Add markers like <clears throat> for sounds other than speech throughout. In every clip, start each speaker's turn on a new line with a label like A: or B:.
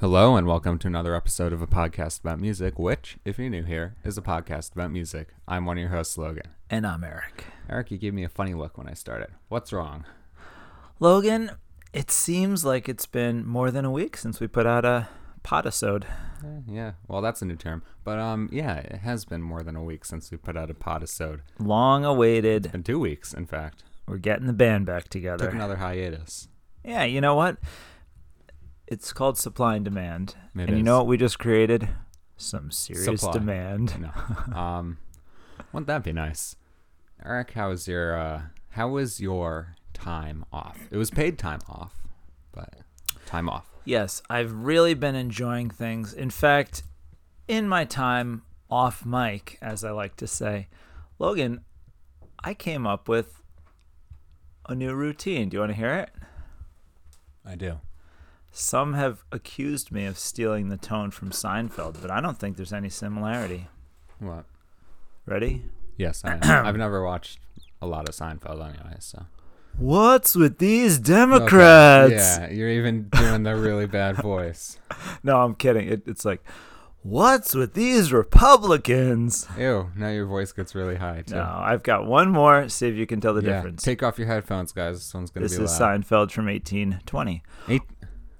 A: Hello, and welcome to another episode of a podcast about music, which, if you're new here, is a podcast about music. I'm one of your hosts, Logan.
B: And I'm Eric.
A: Eric, you gave me a funny look when I started. What's wrong?
B: Logan, it seems like it's been more than a week since we put out a podisode.
A: Eh, yeah, well, that's a new term. But um, yeah, it has been more than a week since we put out a podisode.
B: Long awaited.
A: And two weeks, in fact.
B: We're getting the band back
A: Took
B: together.
A: another hiatus.
B: Yeah, you know what? It's called supply and demand.
A: It
B: and you
A: is.
B: know what we just created? Some serious
A: Supply.
B: demand.
A: <laughs> No. um, wouldn't that be nice? Eric, how was your uh, how was your time off? It was paid time off, but time off.
B: Yes, I've really been enjoying things. In fact, in my time off mic, as I like to say, Logan, I came up with a new routine. Do you want to hear it?
A: I do.
B: Some have accused me of stealing the tone from Seinfeld, but I don't think there's any similarity.
A: What?
B: Ready?
A: Yes,
B: <clears throat>
A: I am. I've never watched a lot of Seinfeld anyway, so.
B: What's with these
A: Okay,
B: Democrats?
A: Yeah, you're even doing the really bad voice.
B: No, I'm kidding. It, it's like, what's with these Republicans?
A: Ew, now your voice gets really high, too.
B: No, I've got one more. See if you can tell the
A: Yeah,
B: difference.
A: Take off your headphones, guys. This one's going to
B: This
A: be
B: is
A: loud.
B: Seinfeld from 1820.
A: Eight-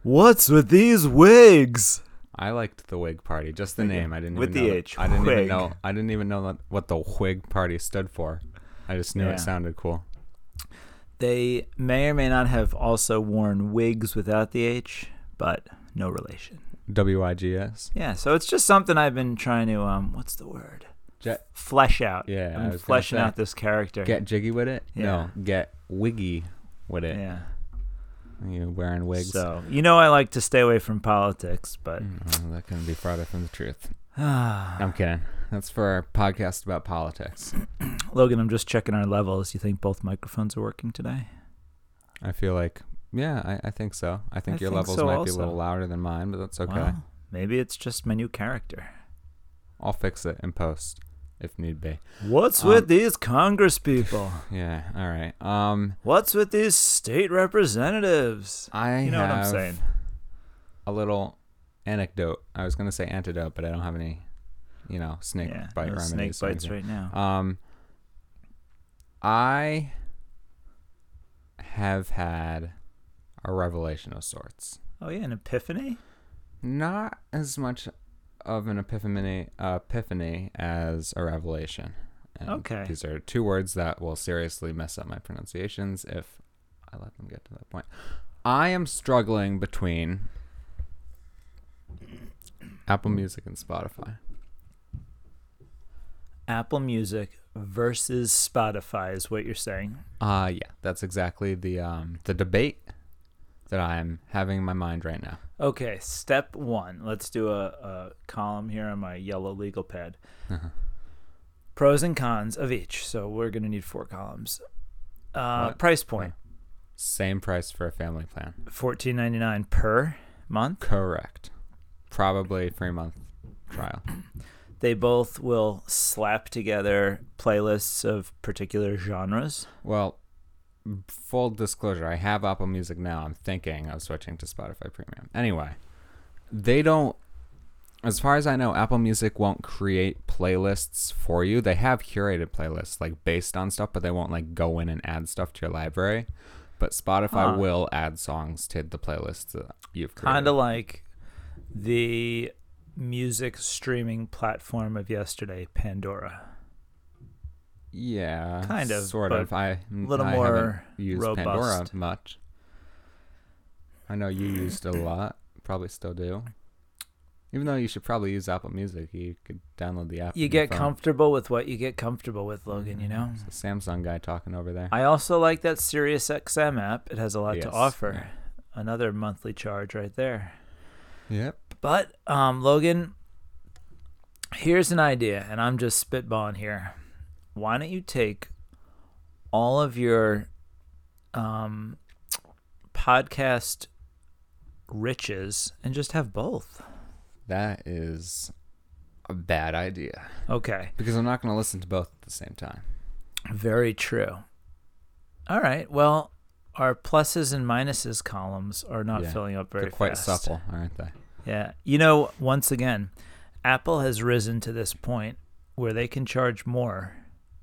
B: What's with these wigs?
A: I liked the Whig Party, just the name. I didn't
B: With
A: even
B: the
A: know
B: H,
A: I didn't even
B: Whig.
A: know. I didn't even know that, what the Whig Party stood for. I just knew
B: Yeah.
A: it sounded cool.
B: They may or may not have also worn wigs without the H, but no relation.
A: W I G S.
B: Yeah, so it's just something I've been trying to um what's the word?
A: Jet.
B: Flesh out.
A: Yeah, I was
B: I'm
A: gonna
B: fleshing
A: say.
B: out this character.
A: Get jiggy with it.
B: Yeah.
A: No, get wiggy with it.
B: yeah.
A: You know, wearing wigs.
B: So, you know I like to stay away from politics, but
A: Mm, that couldn't be farther from the truth. I'm kidding. That's for our podcast about politics.
B: <sighs> Logan, I'm just checking our levels. You think both microphones are working today?
A: I feel like, yeah, I, I think so. I think
B: I
A: your
B: think
A: levels
B: so
A: might be a
B: also.
A: little louder than mine, but that's okay.
B: Wow. Maybe it's just my new character.
A: I'll fix it in post if need be.
B: What's
A: Um,
B: with these Congress people?
A: Yeah. All right. Um,
B: What's with these state representatives?
A: I
B: You know what
A: have
B: I'm saying?
A: a little anecdote. I was gonna say antidote, but I don't have any, you know, snake
B: yeah,
A: bite
B: no
A: remedies.
B: snake
A: or
B: bites
A: anything.
B: right now.
A: Um, I have had a revelation of sorts.
B: oh yeah, an epiphany.
A: not as much of an epiphany epiphany as a revelation. And
B: Okay.
A: These are two words that will seriously mess up my pronunciations if I let them get to that point. I am struggling between Apple Music and Spotify.
B: Apple Music versus Spotify is what you're saying.
A: Uh yeah, that's exactly the um the debate that I'm having in my mind right now.
B: Okay, step one. Let's do a, a column here on my yellow legal pad.
A: Uh-huh.
B: Pros and cons of each. So we're going to need four columns. Uh,
A: What?
B: price point
A: Same price for a family plan.
B: fourteen ninety nine per month.
A: Correct. Probably three month trial.
B: They both will slap together playlists of particular genres.
A: Well, full disclosure, I have Apple Music now. I'm thinking of switching to Spotify Premium. Anyway, they don't as far as I know, Apple Music won't create playlists for you. They have curated playlists like based on stuff, but they won't like go in and add stuff to your library. But Spotify
B: Huh.
A: will add songs to the playlists that you've created.
B: Kind of like the music streaming platform of yesterday, Pandora.
A: yeah,
B: kind of,
A: sort
B: but
A: of. I
B: little
A: I
B: more
A: haven't used Pandora
B: robust.
A: much. I know you used a lot, probably still do. Even though you should probably use Apple Music, you could download the app.
B: You
A: on your
B: get
A: phone.
B: comfortable with what you get comfortable with,
A: Mm-hmm.
B: Logan, you know?
A: It's the Samsung guy talking over there.
B: I also like that SiriusXM app. It has a lot
A: Yes,
B: to offer. Another monthly charge right there.
A: yep.
B: But um, Logan, here's an idea, and I'm just spitballing here. Why don't you take all of your um, podcast riches and just have both?
A: That is a bad idea
B: Okay,
A: because I'm not going to listen to both at the same time.
B: very true. All right. Well, our pluses and minuses columns are not
A: Yeah,
B: filling up very
A: They're quite
B: fast.
A: supple, aren't they?
B: Yeah. You know, once again, Apple has risen to this point where they can charge more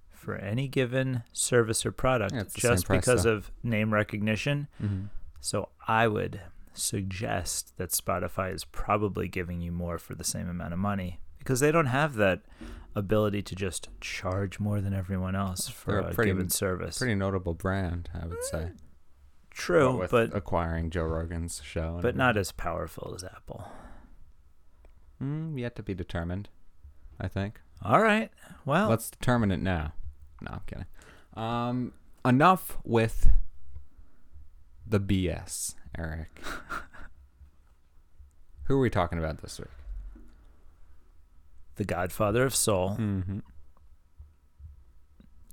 B: for any given service or product
A: Yeah, it's the same
B: just
A: price,
B: because
A: though.
B: of name recognition.
A: Mhm.
B: So I would suggest that Spotify is probably giving you more for the same amount of money because they don't have that ability to just charge more than everyone else for
A: They're a
B: a
A: pretty-
B: given service.
A: Pretty notable brand, I would say.
B: Mm, True,
A: with
B: but
A: acquiring Joe Rogan's show, and-
B: but not as powerful as Apple.
A: Mm, yet to be determined. I think.
B: All right. Well,
A: Let's determine it now. No, I'm kidding. Um, enough with the BS,
B: <laughs>
A: Eric. Who are we talking about this week?
B: the Godfather of Soul,
A: Mm-hmm.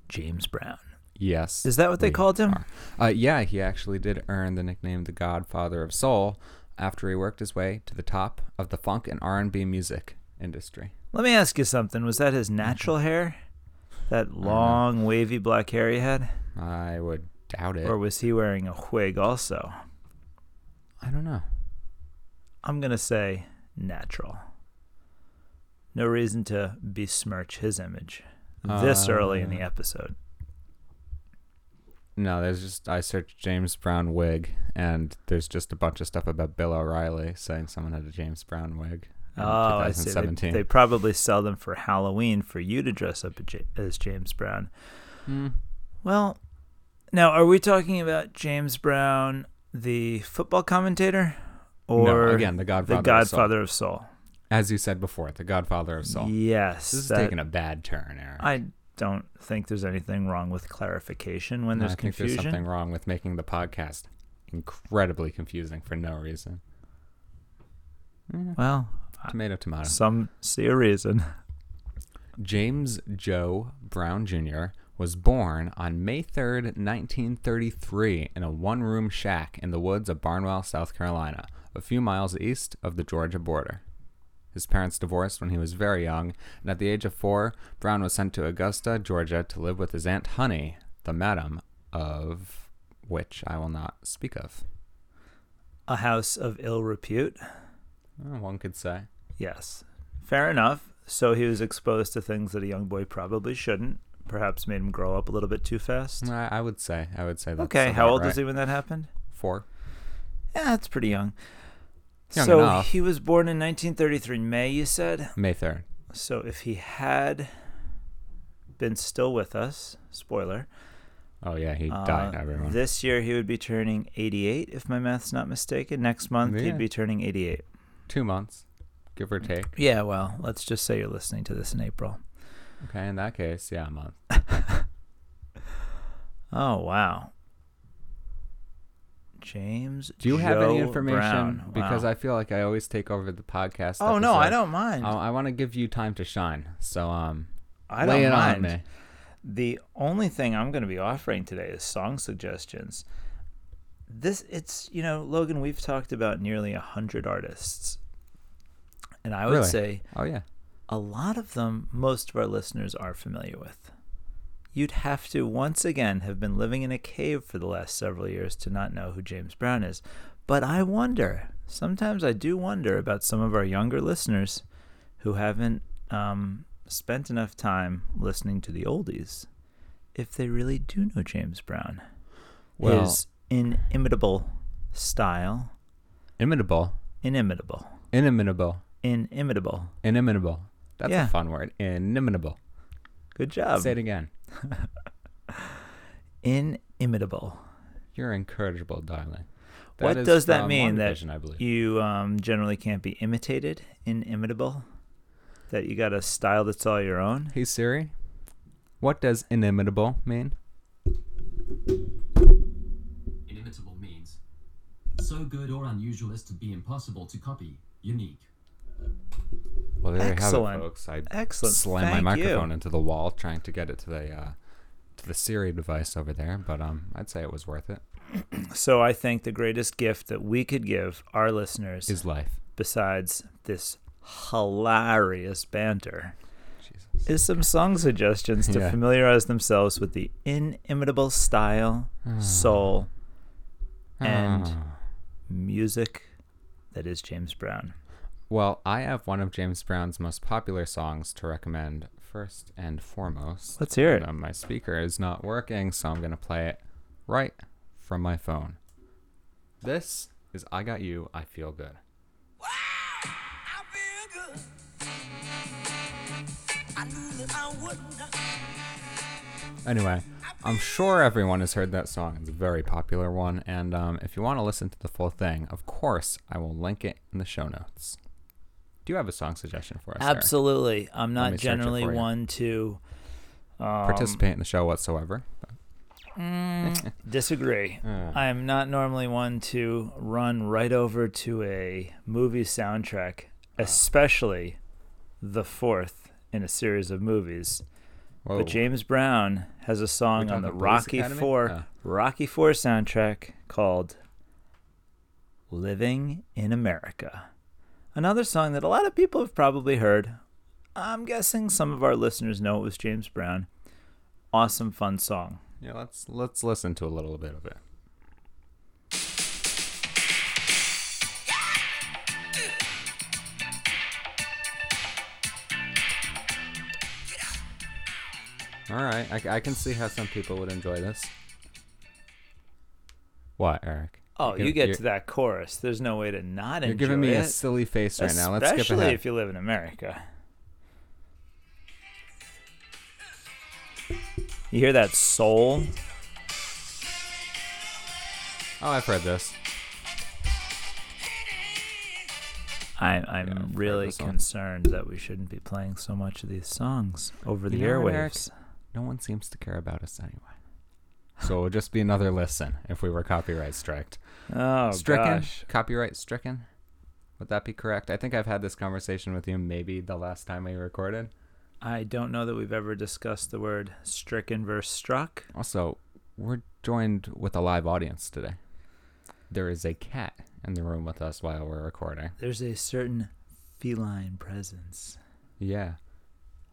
B: James Brown.
A: Yes.
B: Is that what they
A: we
B: called him?
A: are. Uh, yeah, he actually did earn the nickname the Godfather of Soul after he worked his way to the top of the funk and R&B music industry.
B: Let me ask you something. Was that his
A: Mm-hmm.
B: natural hair? That long wavy black hair he had?
A: I would doubt it.
B: Or was he wearing a wig also?
A: I don't know.
B: I'm going to say natural. No reason to besmirch his image this
A: Uh,
B: early in the episode.
A: No, there's just I searched James Brown wig, and there's just a bunch of stuff about Bill O'Reilly saying someone had a James Brown wig. in
B: Oh, I see. They,
A: 2017.
B: they probably sell them for Halloween for you to dress up as Ja- as James Brown.
A: Hmm.
B: Well, now are we talking about James Brown, the football commentator, or
A: no, again, the Godfather.
B: the
A: of
B: Godfather of Soul?
A: Soul. as you said before, the Godfather of Soul.
B: Yes,
A: This is
B: that-
A: taking a bad turn, Eric.
B: I don't think there's anything wrong with clarification when
A: No,
B: there's
A: I think
B: confusion.
A: there's something wrong with making the podcast incredibly confusing for no reason. Hmm,
B: Well,
A: Tomato, tomato.
B: some see a reason.
A: James Joe Brown Jr. was born on May 3rd, 1933, in a one room shack in the woods of Barnwell, South Carolina, a few miles east of the Georgia border. His parents divorced when he was very young, and at the age of four, Brown was sent to Augusta, Georgia, to live with his Aunt Honey, the madam of which I will not speak of.
B: A house of ill repute.
A: Uh, One could say.
B: Yes, fair enough. So he was exposed to things that a young boy probably shouldn't. Perhaps made him grow up a little bit too fast.
A: I, I would say. I would say that's
B: okay, how
A: about
B: old
A: right.
B: was he when that happened?
A: Four.
B: Yeah, that's pretty young.
A: Young
B: so
A: enough.
B: he was born in 1933 in May, you said.
A: May 3rd.
B: So if he had been still with us, spoiler,
A: Oh, yeah, he
B: uh,
A: died, everyone.
B: this year he would be turning 88, if my math's not mistaken. Next month
A: Yeah.
B: he'd be turning 88.
A: two months, give or take.
B: Yeah, well, let's just say you're listening to this in April.
A: Okay, in that case, yeah, a month.
B: Oh wow. James.
A: Do you have any information? Because
B: Because I.
A: I feel like I always take over the podcast.
B: Oh no, I
A: episode.
B: don't mind.
A: I, want to give you time to shine. So um,
B: I
A: lay
B: don't
A: it
B: mind.
A: on me.
B: The only thing I'm going to be offering today is song suggestions. This it's you know Logan we've talked about nearly a hundred artists, and I would
A: Really?
B: say
A: Oh yeah,
B: a lot of them most of our listeners are familiar with. You'd have to once again have been living in a cave for the last several years to not know who James Brown is. But I wonder, sometimes I do wonder about some of our younger listeners who haven't um, spent enough time listening to the oldies if they really do know James Brown.
A: Well-
B: His inimitable style,
A: imitable,
B: inimitable,
A: inimitable,
B: inimitable.
A: inimitable. That's
B: Yeah.
A: a fun word. Inimitable.
B: Good job.
A: Say it again.
B: inimitable.
A: You're incorrigible, darling.
B: What
A: is
B: does that
A: from
B: mean, that
A: WandaVision, I believe.
B: you um, generally can't be imitated, inimitable. That you got a style that's all your own.
A: hey Siri, what does inimitable mean?
C: Inimitable means so good or unusual as to be impossible to copy, unique.
A: Well, there you have
B: Excellent.
A: it, folks. I
B: Excellent.
A: slam my
B: Thank
A: microphone
B: You.
A: into the wall trying to get it to the uh, to the Siri device over there, but um, I'd say it was worth it.
B: So I think the greatest gift that we could give our listeners,
A: Is life.
B: besides this hilarious banter,
A: Jesus.
B: is some song suggestions to
A: Yeah.
B: familiarize themselves with the inimitable style,
A: Hmm.
B: soul, and
A: Ah.
B: music that is James Brown.
A: Well, I have one of James Brown's most popular songs to recommend first and foremost.
B: Let's hear
A: And,
B: it.
A: um, my speaker is not working, so I'm going to play it right from my phone. This is I Got You, I Feel Good.
D: I feel good. I knew that I wouldn't.
A: Anyway, I'm sure everyone has heard that song. It's a very popular one. And um, if you want to listen to the full thing, of course, I will link it in the show notes. Do you have a song suggestion for us? Sarah?
B: Absolutely. I'm
A: me
B: not
A: search it
B: generally
A: for you.
B: one to
A: Participate in the show whatsoever.
B: disagree. I'm not normally one to run right over to a movie soundtrack, especially the fourth in a series of movies.
A: Whoa.
B: But James Brown has a song
A: Oh. We're
B: on the
A: talking Police
B: Rocky
A: Academy?
B: Four
A: Oh.
B: Rocky Four soundtrack called Living in America. Another song that a lot of people have probably heard. I'm guessing some of our listeners know it was James Brown. Awesome fun song.
A: Yeah, let's let's listen to a little bit of it. All right, I, I can see how some people would enjoy this. What, Eric?
B: Oh,
A: You're-
B: you get
A: you're-
B: to that chorus. There's no way to not
A: You're
B: enjoy
A: giving me
B: it.
A: a silly face right now. Let's skip
B: especially
A: ahead.
B: if you live in America. You hear that soul?
A: oh, I've heard this.
B: I, I'm
A: I've heard
B: really
A: this song.
B: concerned that we shouldn't be playing so much of these songs over the
A: You know what, Eric?
B: airwaves.
A: No one seems to care about us anyway. So it'll just be another listen if we were copyright striked.
B: Oh
A: stricken
B: gosh.
A: copyright stricken would that be correct i think i've had this conversation with you maybe the last time we recorded
B: I don't know that we've ever discussed the word stricken versus struck.
A: also we're joined with a live audience today there is a cat in the room with us while we're recording
B: There's a certain feline presence.
A: yeah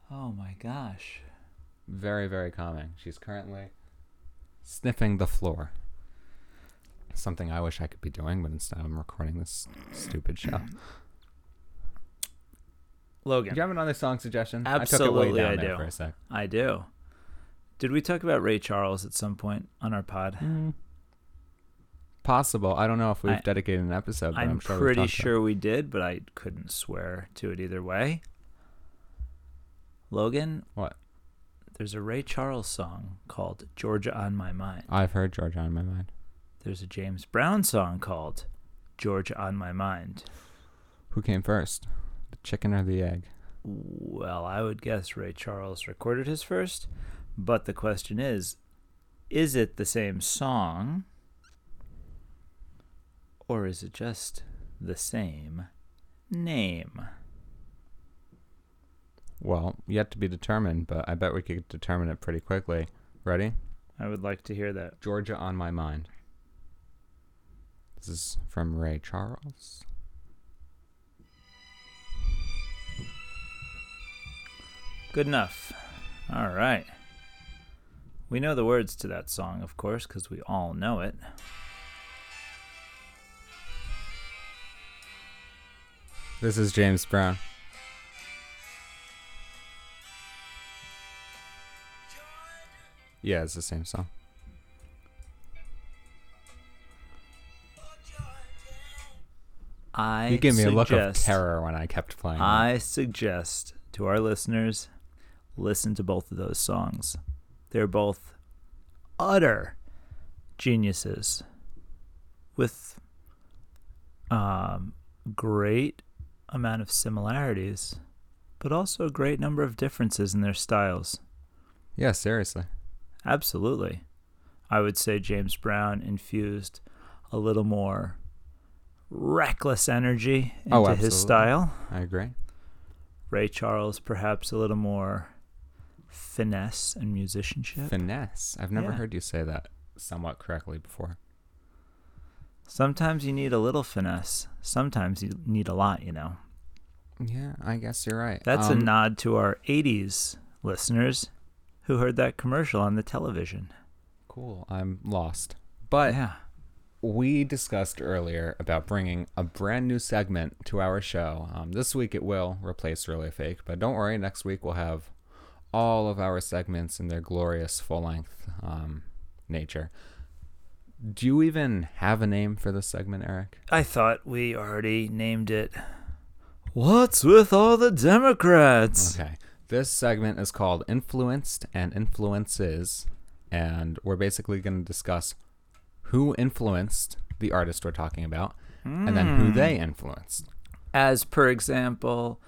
B: Oh my gosh.
A: very very calming she's currently sniffing the floor something i wish i could be doing but instead i'm recording this stupid show do
B: Logan.
A: you have another song suggestion i took
B: Absolutely,
A: it way down
B: I
A: there
B: do.
A: for a sec
B: I do. Did we talk about Ray Charles at some point on our pod?
A: possible i don't know if we've
B: Mm. I-
A: dedicated an episode but i'm,
B: I'm
A: sure we've
B: pretty
A: talked about it.
B: sure we did, but I couldn't swear to it either way. Logan,
A: What?
B: there's a Ray Charles song called Georgia on My Mind.
A: I've heard Georgia on my mind.
B: There's a James Brown song called Georgia on My Mind.
A: Who came first, the chicken or the egg?
B: Well, I would guess Ray Charles recorded his first, but the question is is it the same song or is it just the same name?
A: Well, yet to be determined, but I bet we could determine it pretty quickly. Ready?
B: I would like to hear that.
A: Georgia on my mind. This is from Ray Charles.
B: Good enough. All right. We know the words to that song, of course, because we all know it.
A: This is James Brown. Yeah, it's the same song.
B: I
D: oh,
A: You gave me a look of
B: suggest-
A: terror when I kept playing. that.
B: I suggest to our listeners listen to both of those songs. They're both utter geniuses with um, great amount of similarities, but also a great number of differences in their styles.
A: yeah, seriously.
B: Absolutely. I would say James Brown infused a little more reckless energy into
A: Oh,
B: his
A: absolutely.
B: style.
A: I agree.
B: Ray Charles, perhaps a little more finesse and musicianship.
A: Finesse. I've never
B: Yeah.
A: heard you say that somewhat correctly before.
B: Sometimes you need a little finesse. Sometimes you need a lot, you know.
A: Yeah, I guess you're right.
B: That's
A: Um,
B: a nod to our 80s listeners who heard that commercial on the television.
A: Cool. I'm lost. But
B: yeah.
A: we discussed earlier about bringing a brand new segment to our show. Um, this week it will replace Really a Fake, but don't worry, next week we'll have all of our segments in their glorious full length um, nature. Do you even have a name for this segment, Eric?
B: I thought we already named it. What's with all the Democrats?
A: Okay. This segment is called Influenced and Influences, and we're basically going to discuss who influenced the artist we're talking about and then who they influenced.
B: As per example,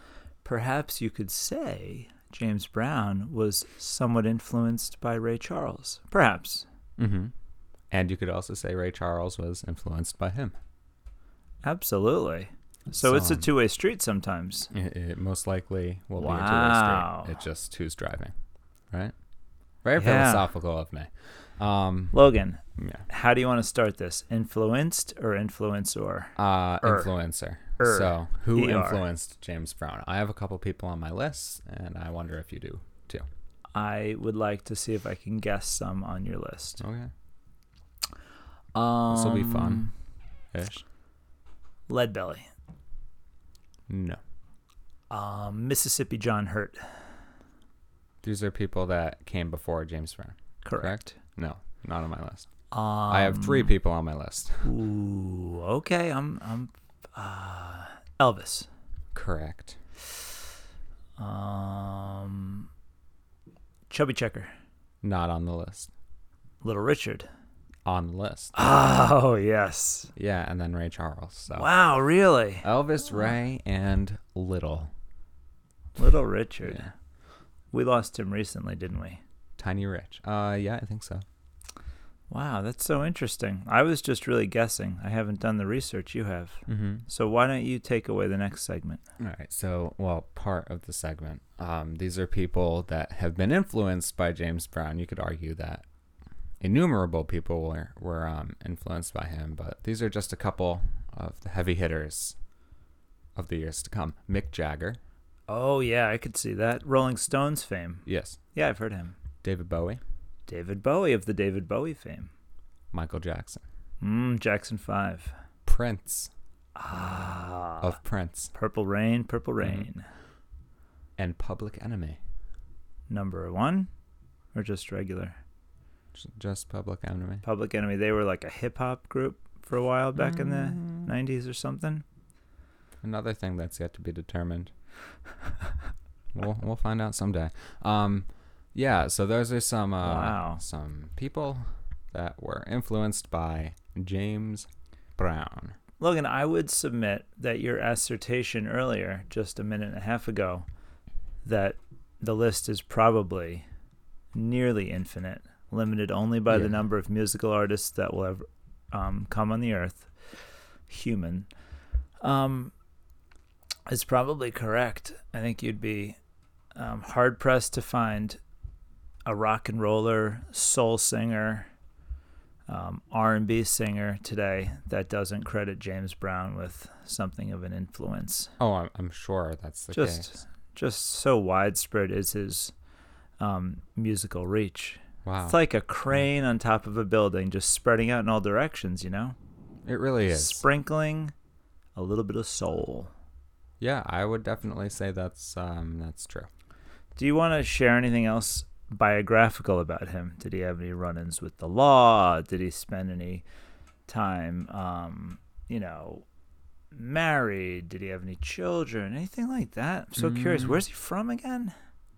B: perhaps you could say James Brown was somewhat influenced by Ray Charles. Perhaps.
A: Mm-hmm. And you could also say Ray Charles was influenced by him.
B: Absolutely. So, it's a
A: So-
B: two way street sometimes.
A: It, it most likely will be a
B: Wow.
A: two-way street. It's just who's driving, right? Very
B: Yeah.
A: philosophical of me. Um,
B: Logan,
A: yeah.
B: how do you want to start this? Influenced or influencer?
A: uh,
B: Er.
A: influencer.
B: Er.
A: So, who
B: ER.
A: influenced James Brown? I have a couple people on my list, and I wonder if you do too.
B: I would like to see if I can guess some on your list.
A: Okay,
B: Um,
A: this will be fun. Ish.
B: Lead Belly.
A: No,
B: Um, Mississippi John Hurt.
A: these are people that came before James Brown.
B: Correct.
A: No, not on my list.
B: Um,
A: I have three people on my list. <laughs>
B: Ooh, okay. I'm I'm uh, Elvis.
A: Correct.
B: Um, Chubby Checker.
A: Not on the list.
B: Little Richard.
A: On the list.
B: Oh yes.
A: Yeah, and then Ray Charles. So.
B: Wow, really?
A: Elvis, Ray, and Little.
B: Little Richard. We lost him recently, didn't we?
A: Tiny Rich. Uh, yeah, I think so.
B: Wow, that's so interesting. I was just really guessing. I haven't done the research you have. Mm-hmm. So why don't you take away the next segment?
A: All right. So, well, part of the segment. Um, these are people that have been influenced by James Brown. You could argue that innumerable people were were um, influenced by him, but these are just a couple of the heavy hitters of the years to come. Mick Jagger.
B: Oh yeah, I could see that. Rolling Stones fame.
A: Yes.
B: Yeah, I've heard him.
A: David Bowie.
B: David Bowie of the David Bowie fame.
A: Michael Jackson.
B: Mm, Jackson 5.
A: Prince. Ah. Of Prince
B: Purple Rain, Purple Rain.
A: and Public Enemy.
B: Number 1 or just regular?
A: J- Just Public Enemy.
B: Public Enemy, they were like a hip hop group for a while back in the 90s or something.
A: Another thing that's yet to be determined. <laughs> we'll we'll find out someday. Um, yeah. So those are some uh,
B: Wow.
A: some people that were influenced by James Brown.
B: Logan, I would submit that your assertion earlier, just a minute and a half ago, that the list is probably nearly infinite, limited only by
A: Yeah.
B: the number of musical artists that will ever um, come on the earth, human, um, is probably correct. I think you'd be um, hard pressed to find a rock and roller, soul singer, um, R&B singer today that doesn't credit James Brown with something of an influence.
A: Oh, I'm, I'm sure that's the
B: Just,
A: case.
B: just so widespread is his um, musical reach.
A: Wow,
B: It's like a crane on top of a building, just spreading out in all directions. You know,
A: it really is.
B: sprinkling a little bit of soul.
A: yeah, I would definitely say that's um that's true.
B: Do you want to share anything else biographical about him? Did he have any run-ins with the law? Did he spend any time, um, you know, married? Did he have any children? Anything like that? I'm so
A: Mm.
B: curious. Where's he from again?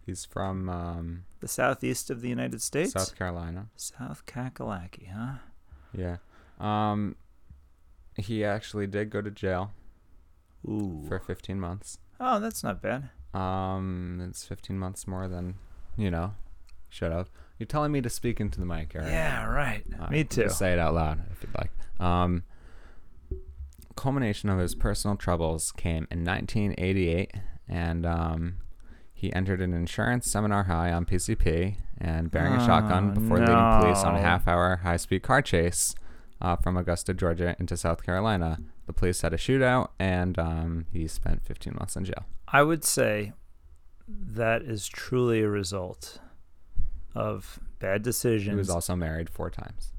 A: He's from um,
B: The southeast of the United States.
A: South Carolina.
B: South Kakalaki, huh?
A: Yeah. Um, he actually did go to jail
B: Ooh.
A: for 15 months.
B: Oh, that's not bad.
A: Um, it's 15 months more than, you know, should have. You're telling me to speak into the mic, Eric.
B: Yeah, right.
A: Uh,
B: Me
A: you can
B: too.
A: Say it out loud if you'd like. Um, culmination of his personal troubles came in 1988, and um, he entered an insurance seminar high on PCP and bearing a shotgun
B: Oh,
A: before leading police on a
B: no.
A: half-hour high-speed car chase uh, from Augusta, Georgia, into South Carolina. The police had a shootout, and um, he spent 15 months in jail.
B: I would say that is truly a result of bad
A: He was
B: decisions
A: also married four times.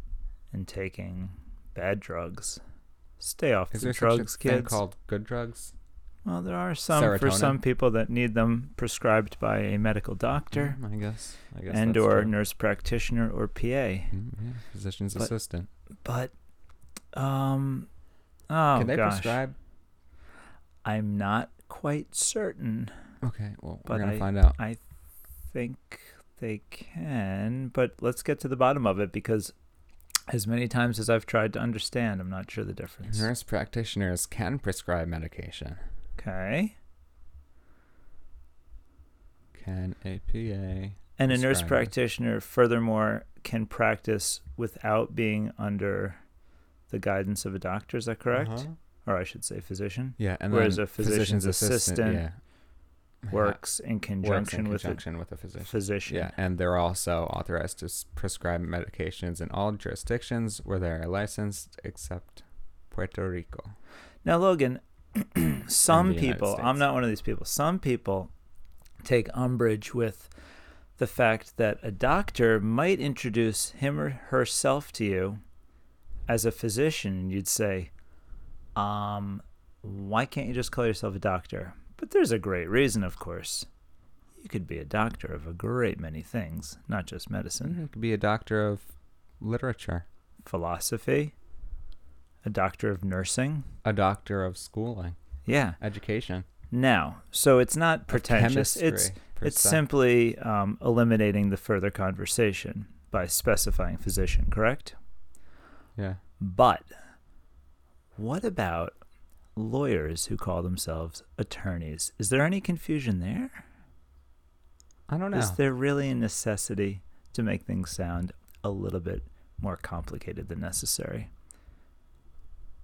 B: and taking bad drugs. Stay off
A: Is
B: the
A: there
B: drugs,
A: such a thing
B: kids.
A: called good drugs?
B: well, there are some for
A: Serotonin?
B: some people that need them prescribed by a medical doctor
A: Mm, I guess. I guess.
B: and
A: that's
B: or
A: true.
B: nurse practitioner or PA.
A: Mm, yeah, physician's
B: But-
A: assistant.
B: But um oh
A: Can they
B: gosh.
A: prescribe?
B: I'm not quite certain.
A: Okay, well
B: But
A: we're gonna
B: I-
A: find out.
B: I think they can, but let's get to the bottom of it because as many times as I've tried to understand, I'm not sure the difference.
A: Nurse practitioners can prescribe medication.
B: Okay.
A: Can a PA?
B: And a nurse
A: Prescribe.
B: practitioner, furthermore, can practice without being under the guidance of a doctor. Is that correct?
A: Uh-huh.
B: Or I should say physician.
A: Yeah, and
B: Whereas
A: then
B: a physician's assistant
A: yeah,
B: Uh-huh. Works in
A: ha- works
B: conjunction,
A: in
B: with
A: conjunction with a
B: a
A: physician.
B: physician.
A: Yeah, and they're also authorized to s- prescribe medications in all jurisdictions where they are licensed, except Puerto Rico.
B: Now, Logan, <clears throat> some
A: In the United
B: people,
A: States.
B: I'm not one of these people, some people take umbrage with the fact that a doctor might introduce him or herself to you as a physician. and You'd say, um, why can't you just call yourself a doctor? But there's a great reason, of course. You could be a doctor of a great many things, not just medicine,
A: You could be a doctor of literature,
B: philosophy, a doctor of nursing.
A: a doctor of schooling,
B: Yeah.
A: education,
B: Now, so it's not pretentious. It's
A: chemistry, per
B: it's
A: se.
B: simply um, eliminating the further conversation by specifying physician, correct?
A: yeah,
B: But what about lawyers who call themselves attorneys? Is there any confusion there?
A: I don't know.
B: Is there really a necessity to make things sound a little bit more complicated than necessary?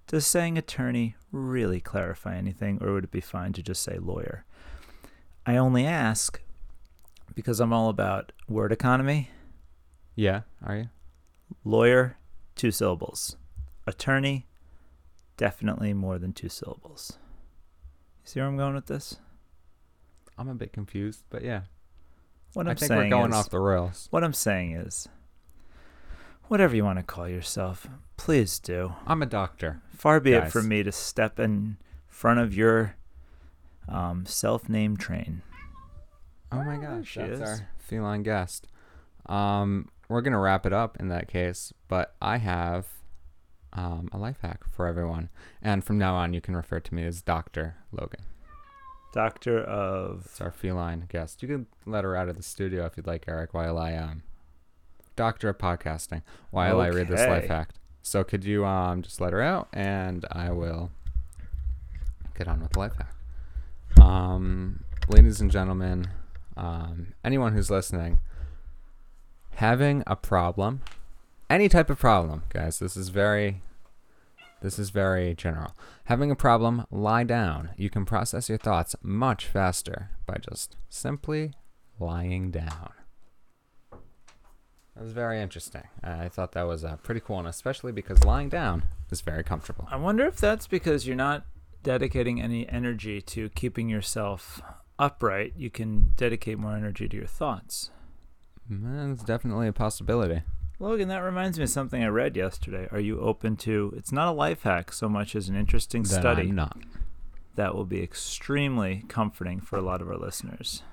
B: Does saying attorney really clarify anything, or would it be fine to just say lawyer? I only ask because I'm all about word economy.
A: yeah, are you?
B: Lawyer, two syllables. Attorney, definitely more than two syllables. See where I'm going with this?
A: I'm a bit confused, but yeah,
B: What
A: I
B: I'm
A: think
B: saying
A: we're going
B: is,
A: off the rails.
B: What I'm saying is, whatever you want to call yourself, please do.
A: I'm a doctor.
B: Far be it
A: Guys.
B: from me to step in front of your um, self-named train.
A: Oh my
B: Oh, there
A: gosh,
B: she
A: that's
B: is.
A: our feline guest. Um, we're gonna wrap it up in that case, but I have um, a life hack for everyone, and from now on, you can refer to me as Doctor Logan.
B: Doctor of
A: It's our feline guest. You can let her out of the studio if you'd like, Eric, while I um, Doctor of Podcasting, while I read this life
B: Okay.
A: hack. So could you um just let her out, and I will get on with the life hack. Um, ladies and gentlemen, um, anyone who's listening, having a problem, any type of problem, guys. This is very this is very general. Having a problem, lie down. You can process your thoughts much faster by just simply lying down. That was very interesting. I thought that was uh, pretty cool, and especially because lying down is very comfortable.
B: I wonder if that's because you're not dedicating any energy to keeping yourself upright. You can dedicate more energy to your thoughts.
A: That's definitely a possibility.
B: Logan, that reminds me of something I read yesterday. Are you open to? It's not a life hack so much as an interesting
A: Then
B: study.
A: I'm not
B: that will be extremely comforting for a lot of our listeners.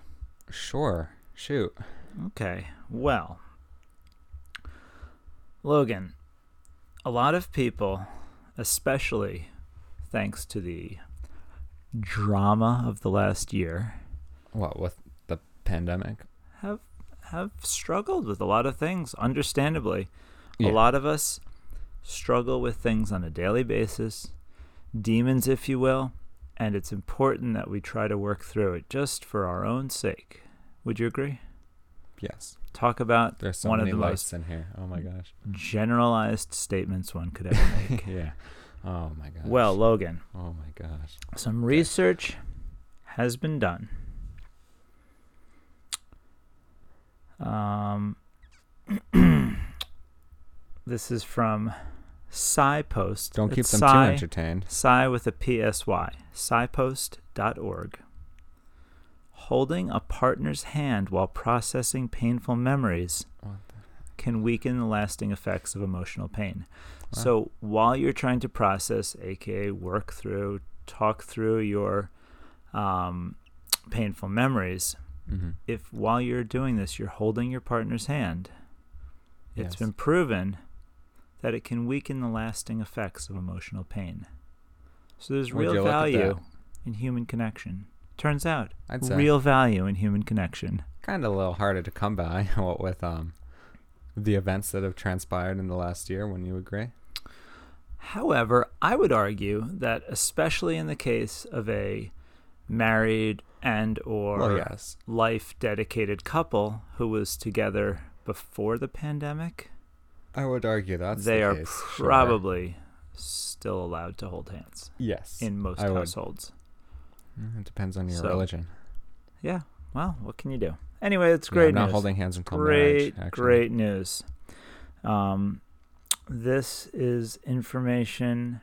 A: sure. Shoot.
B: Okay, well, Logan, a lot of people, especially thanks to the drama of the last year,
A: What with the pandemic?
B: have have struggled with a lot of things understandably
A: Yeah.
B: a lot of us struggle with things on a daily basis demons if you will and it's important that we try to work through it just for our own sake would you agree
A: Yes.
B: talk about
A: There's so
B: one of
A: many
B: the
A: lights
B: most
A: in here. Oh <laughs> my gosh.
B: generalized statements one could
A: <laughs>
B: ever make
A: yeah. Oh my gosh.
B: well logan
A: Oh my gosh.
B: some research has been done. Um, <clears throat> this is from SciPost.
A: Don't keep
B: It's
A: them
B: Sci,
A: too entertained.
B: Sci with a PSY. SciPost.org. Holding a partner's hand while processing painful memories
A: What
B: can can weaken the lasting effects of emotional pain. So while you're trying to process, aka work through, talk through your um, painful memories,
A: Mm-hmm.
B: if while you're doing this, you're holding your partner's hand, it's
A: Yes.
B: been proven that it can weaken the lasting effects of emotional pain. So there's
A: Would
B: real
A: you look at that?
B: value in human connection. Turns out,
A: I'd say.
B: real value in human connection.
A: kind of a little harder to come by <laughs> what with um the events that have transpired in the last year when you agree
B: However, I would argue that especially in the case of a married and or
A: Well, yes.
B: life dedicated couple who was together before the pandemic,
A: i would argue that's
B: they
A: the
B: are
A: case, sure.
B: probably still allowed to hold hands
A: yes
B: in most
A: I would.
B: households.
A: Mm, it depends on your
B: So,
A: religion
B: Yeah. Well, what can you do? Anyway, it's
A: Yeah,
B: great
A: I'm not
B: news.
A: holding hands until
B: great,
A: marriage actually.
B: great news. Um, this is information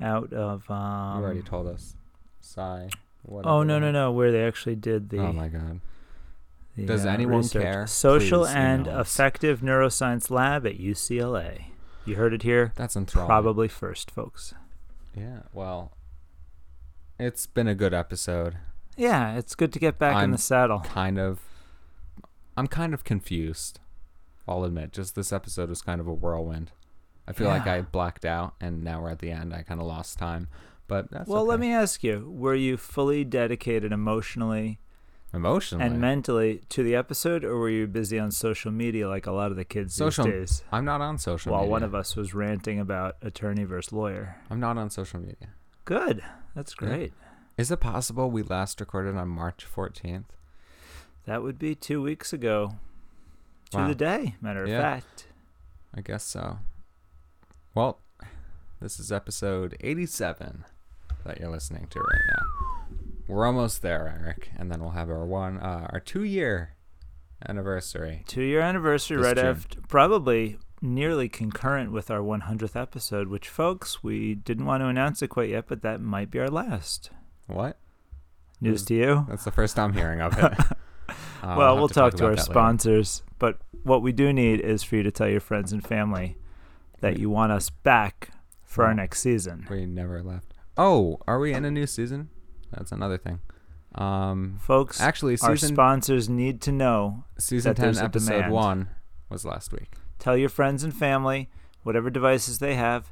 B: out of um,
A: you already told us sigh
B: Oh no no no! Where they actually did the.
A: oh my god
B: the,
A: Does
B: uh,
A: anyone
B: research.
A: care?
B: Social
A: Please
B: and
A: email us.
B: effective neuroscience lab at UCLA. You heard it here,
A: that's enthralling
B: probably first, folks.
A: yeah well it's been a good episode
B: Yeah, it's good to get back in
A: I'm-
B: the saddle.
A: kind of I'm kind of confused. I'll admit, just this episode was kind of a whirlwind. I feel like
B: Yeah.
A: I blacked out and now we're at the end. I kind of lost time. But that's
B: well, let
A: okay.
B: me ask you: Were you fully dedicated emotionally
A: emotionally
B: and mentally to the episode, or were you busy on social media like a lot of the kids
A: social
B: these days?
A: I'm not on social
B: While
A: media.
B: one of us was ranting about attorney versus lawyer.
A: I'm not on social media.
B: Good, that's great.
A: Is it possible we last recorded on March 14th?
B: That would be two weeks ago to
A: Wow.
B: the day. Matter of
A: Yeah.
B: fact.
A: I guess so. Well, this is episode 87 that you're listening to right now. We're almost there, Eric, and then we'll have our one uh, our 2 year anniversary.
B: two year anniversary
A: This
B: right
A: June.
B: after probably nearly concurrent with our 100th episode which folks we didn't want to announce it quite yet but that might be our last
A: What? Hmm.
B: news to you
A: That's the first I'm hearing
B: <laughs>
A: of it. Uh,
B: well
A: have
B: we'll talk, to
A: about
B: our
A: that later.
B: sponsors but what we do need is for you to tell your friends and family that you want us back for our
A: Yeah.
B: next season
A: We never left. Oh, are we in a new season? That's another thing. Um,
B: folks
A: actually,
B: our
A: season
B: sponsors need to know
A: season
B: that
A: ten
B: there's a
A: episode
B: demand.
A: one was last week.
B: tell your friends and family whatever devices they have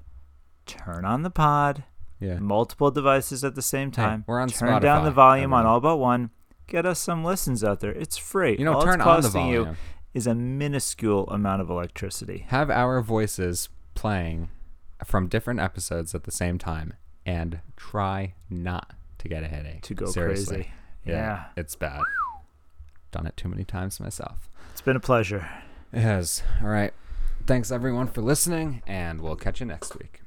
B: turn on the pod
A: Yeah.
B: multiple devices at the same
A: Hey,
B: time.
A: we're on
B: turn down the
A: Spotify,
B: volume on
A: everyone.
B: all but one. Get us some listens out there. It's free.
A: You know,
B: all
A: turn
B: it's
A: on the
B: costing you
A: volume.
B: is a minuscule amount of electricity.
A: Have our voices playing from different episodes at the same time, and try not to get a headache.
B: To go
A: Seriously.
B: crazy.
A: Yeah,
B: Yeah.
A: it's bad. Done it too many times myself.
B: It's been a pleasure.
A: It has. All right. Thanks everyone for listening, and we'll catch you next week.